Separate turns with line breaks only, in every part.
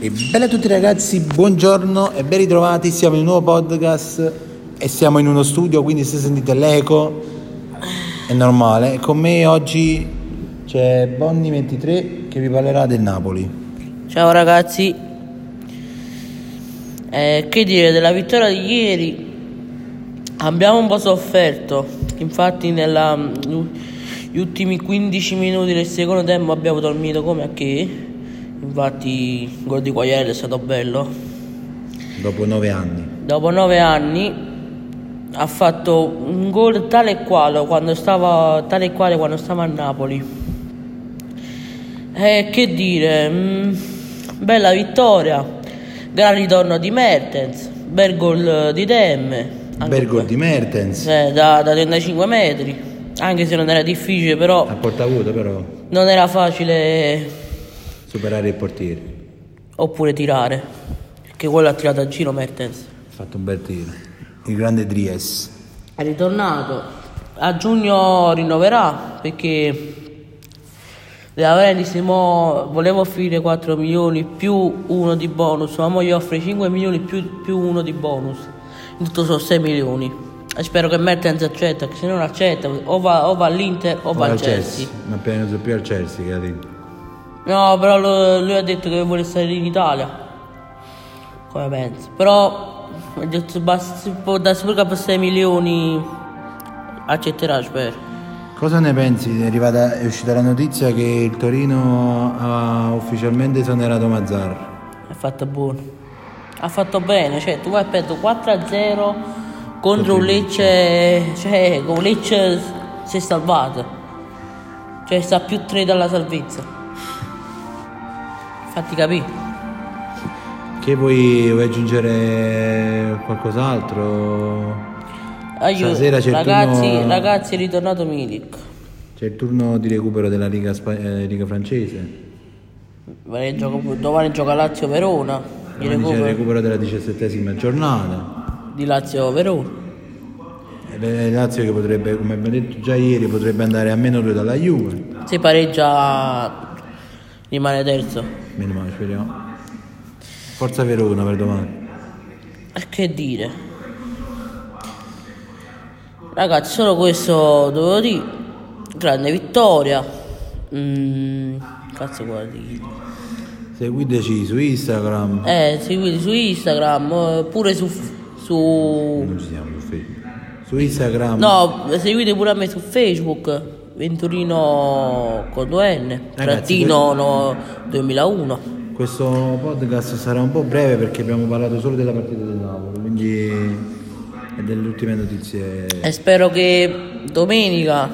E bella a tutti ragazzi, buongiorno e ben ritrovati, siamo in un nuovo podcast e siamo in uno studio, quindi se sentite l'eco è normale. Con me oggi c'è Bonni23 che vi parlerà del Napoli.
Ciao ragazzi, Eh, che dire della vittoria di ieri? Abbiamo un po' sofferto, infatti nella- mm, negli ultimi 15 minuti del secondo tempo abbiamo dormito come a che, infatti il gol di Quagliarello è stato bello.
Dopo nove anni.
Dopo 9 anni ha fatto un gol tale e quale quando stava, tale e quale quando stava a Napoli. Eh, che dire, mm, bella vittoria, gran ritorno di Mertens, bel gol eh, di Demme, anche
Bel gol di Mertens,
se da, da 35 metri, anche se non era difficile però
a portavuto però,
non era facile
superare il portiere.
oppure tirare, perché quello ha tirato a giro Mertens.
Ha fatto un bel tiro. Il grande Dries.
È ritornato. A giugno rinnoverà perché la Venetis mo voleva offrire 4 milioni più 1 di bonus, ma mo gli offre 5 milioni più, più 1 di bonus. In tutto sono 6 milioni. E spero che Mertens accetta, che se non accetta o va, o va all'Inter o
Ora
va al
al
Chelsea.
Ma penso più al Chelsea che ha detto.
No, però lo- lui ha detto che vuole stare in Italia. Come pensi? Però ha detto basta, da sopra per 6 milioni accetterà, spero.
Cosa ne pensi? È, arrivata, è uscita la notizia che il Torino ha ufficialmente esonerato Mazzar.
Ha fatto buono. Ha fatto bene, cioè tu vai a perdere 4-0 contro un Lecce, cioè con Lecce si è salvato. Cioè sta più 3 dalla salvezza. Fatti capire.
Che poi vuoi aggiungere qualcos'altro?
Aiuto,
Stasera c'è il
Ah, ragazzi,
turno-
ragazzi, è ritornato Milik.
C'è il turno di recupero della Liga, Spa- eh, Liga francese.
Domani gioca, domani gioca Lazio Verona. Di,
Mm. Domani c'è il
recupero
recupero della diciassettesima giornata.
di Lazio Verona.
E la Lazio che potrebbe, come abbiamo detto già ieri, potrebbe andare a meno due dalla Juve.
Se pareggia rimane terzo.
Meno male, speriamo. Forza Verona per domani.
E Eh, che dire? Ragazzi, solo questo dovevo dire. Grande vittoria. Mm, cazzo guardi.
Seguiteci su Instagram.
Eh, seguite su Instagram, eh, pure su, su...
Non ci siamo su Facebook. Su Instagram.
No, seguite pure a me su Facebook. Venturino con 2N,
Ragazzi,
trattino no, 2001.
Questo podcast sarà un po' breve perché abbiamo parlato solo della partita del Napoli, quindi e delle ultime notizie.
E spero che domenica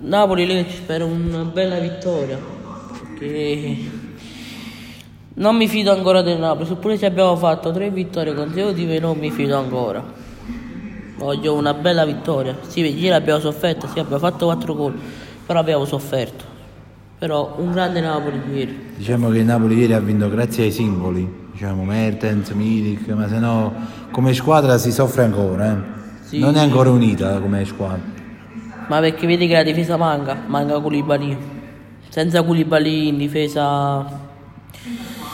Napoli Lecce spero una bella vittoria. Perché non mi fido ancora del Napoli, seppure se abbiamo fatto tre vittorie consecutive non mi fido ancora. Voglio una bella vittoria. Sì, ieri abbiamo sofferto, sì, abbiamo fatto quattro gol, però abbiamo sofferto. Però un grande Napoli ieri.
Diciamo che il Napoli ieri ha vinto grazie ai singoli, diciamo Mertens, Milik, ma se no come squadra si soffre ancora, eh.
Sì,
non è
sì.
ancora unita come squadra.
Ma perché vedi che la difesa manca? Manca Koulibaly. Senza Koulibaly in difesa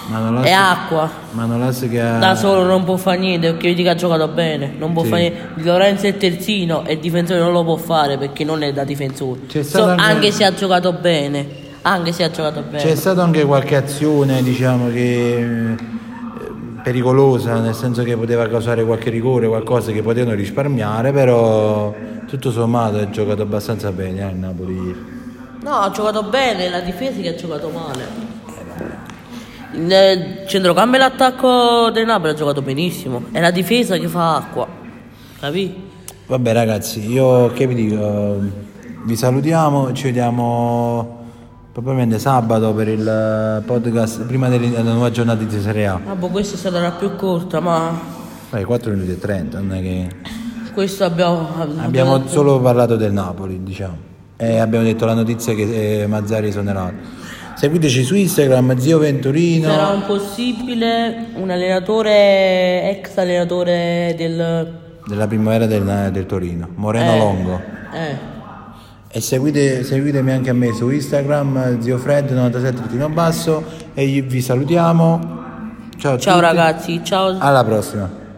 Manolas,
è acqua.
Manolas che ha...
Da solo non può fare niente perché vedi che ha giocato bene, non può
Sì.
fare niente. Lorenzo è terzino e il difensore non lo può fare perché non è da difensore.
C'è
So-
stato anche-
Anche se ha giocato bene, anche se ha giocato bene.
C'è stata anche qualche azione, diciamo, che eh, pericolosa, nel senso che poteva causare qualche rigore, qualcosa che potevano risparmiare, però tutto sommato ha giocato abbastanza bene eh, il Napoli ieri.
No, ha giocato bene, è la difesa che ha giocato male. Il eh, centrocampo e l'attacco del Napoli ha giocato benissimo, è la difesa che fa acqua, capì?
Vabbè ragazzi, io che vi dico, vi salutiamo, ci vediamo probabilmente sabato per il podcast prima delle- della nuova giornata di Serie A.
Ah, boh, questa è stata la più corta, ma
Dai, 4 minuti e 30, non è che...
questo abbiamo...
Abbiamo solo parlato del Napoli, diciamo. E abbiamo detto la notizia che eh, Mazzari è esonerato. Seguiteci su Instagram, zio Venturino.
Sarà un possibile un allenatore, ex allenatore del...
Della primavera del, del Torino, Moreno
eh,
Longo.
Eh.
E seguite- seguitemi anche a me su Instagram, zio Fred97 Basso. E vi salutiamo. Ciao, a
Ciao
tutti.
ragazzi, ciao.
Alla prossima.